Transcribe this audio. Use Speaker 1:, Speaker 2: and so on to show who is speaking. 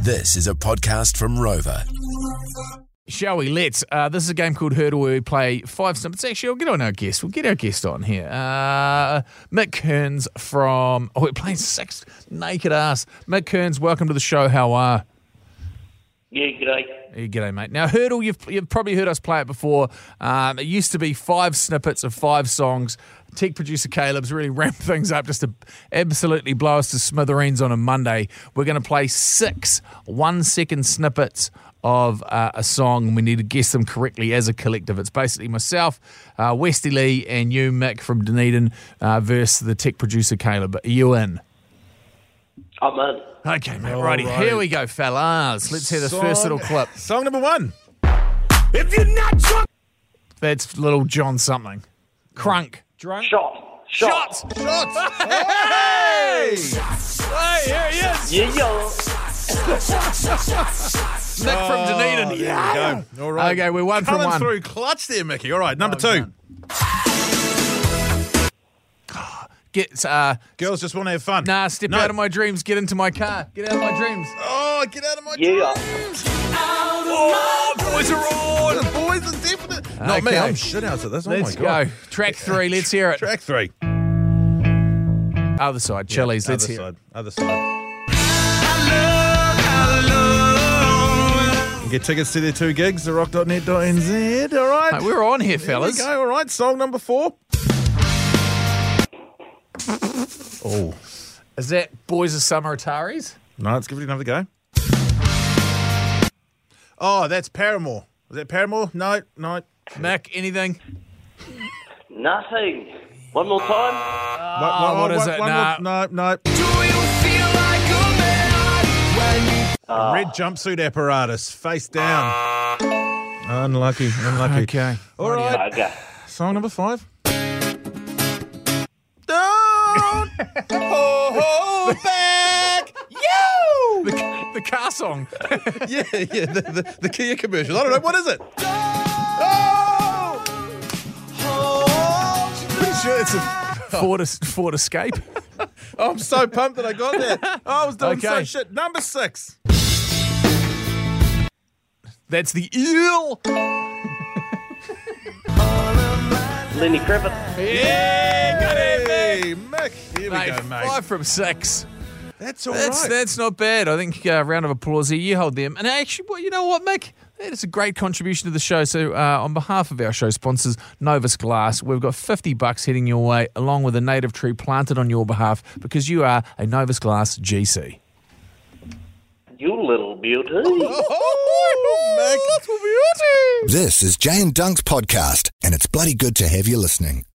Speaker 1: This is a podcast from Rover.
Speaker 2: Shall we? Let's. Uh, this is a game called Hurdle where we play five snippets. Actually, I'll get on our guest. We'll get our guest on here. Uh, Mick Kearns from. Oh, we're playing six naked ass. Mick Kearns, welcome to the show. How are?
Speaker 3: Yeah, g'day.
Speaker 2: you? G'day, mate. Now, Hurdle, you've, you've probably heard us play it before. Um, it used to be five snippets of five songs. Tech producer Caleb's really ramped things up just to absolutely blow us to smithereens on a Monday. We're going to play six one second snippets of uh, a song, and we need to guess them correctly as a collective. It's basically myself, uh, Westy Lee, and you, Mick from Dunedin, uh, versus the tech producer Caleb. Are you in?
Speaker 3: I'm in.
Speaker 2: Okay, mate. Righty. Here we go, fellas. Let's hear the first little clip.
Speaker 4: Song number one.
Speaker 2: That's little John something. Crunk.
Speaker 3: Shot. Shot.
Speaker 2: Shots.
Speaker 4: Hey, here he is.
Speaker 3: Yeah, yeah.
Speaker 2: Nick
Speaker 4: Oh,
Speaker 2: from Dunedin.
Speaker 4: There we go. All right.
Speaker 2: Okay, we're one for
Speaker 4: Coming
Speaker 2: one.
Speaker 4: through clutch there, Mickey. All right, number
Speaker 2: Oh,
Speaker 4: two.
Speaker 2: man. Get uh
Speaker 4: Girls just want to have fun.
Speaker 2: nah, step
Speaker 4: No.
Speaker 2: out of my dreams, get into my car. Get out of my dreams.
Speaker 4: Oh, get out of my
Speaker 3: Yeah.
Speaker 4: dreams. Oh, boys are on. The boys are definite. Not me.
Speaker 2: Okay.
Speaker 4: I'm shit out of this. Oh,
Speaker 2: Let's
Speaker 4: my God.
Speaker 2: go. Track three, let's hear it.
Speaker 4: Track three.
Speaker 2: Other side, Chili's, let's
Speaker 4: Other
Speaker 2: hear it.
Speaker 4: side. Other side. Get tickets to their two gigs, the rock.net.nz. All right.
Speaker 2: Mate, we're on here,
Speaker 4: There we
Speaker 2: fellas.
Speaker 4: go. All right. Song number four. Oh.
Speaker 2: Is that Boys of Summer Ataris?
Speaker 4: No, let's give it another go. Oh, that's Paramore. Was that Paramore? No, no.
Speaker 2: Mick, anything?
Speaker 3: Nothing. One more time.
Speaker 4: One- one-
Speaker 2: what is
Speaker 4: one-
Speaker 2: it?
Speaker 4: one
Speaker 2: Nah.
Speaker 4: more- No, no. Red jumpsuit apparatus, face down. Unlucky, unlucky.
Speaker 2: Okay.
Speaker 4: All right.
Speaker 3: Okay.
Speaker 4: Song number five. Don't hold back. You.
Speaker 2: The, the car song.
Speaker 4: yeah, yeah, the, the, the Kia commercial. I don't know what is it. Oh! Pretty sure it's a.
Speaker 2: Ford, Es- Ford Escape.
Speaker 4: Oh, I'm so pumped that I got that. Oh, I was doing
Speaker 2: Okay.
Speaker 4: so shit. Number six.
Speaker 2: That's the eel.
Speaker 3: Lenny Kravitz.
Speaker 4: Yeah, got it, Mick. Here
Speaker 2: Mate,
Speaker 4: we go, mate.
Speaker 2: Five from six.
Speaker 4: That's all right.
Speaker 2: That's that's not bad. I think uh, round of applause here. You hold them, and actually, well, you know what, Mick. That is a great contribution to the show. So, uh, on behalf of our show sponsors, Novus Glass, we've got 50 bucks heading your way, along with a native tree planted on your behalf, because you are a Novus Glass GC.
Speaker 3: You little beauty.
Speaker 4: Oh, Mick.
Speaker 1: This is Jay and Dunk's podcast, and it's bloody good to have you listening.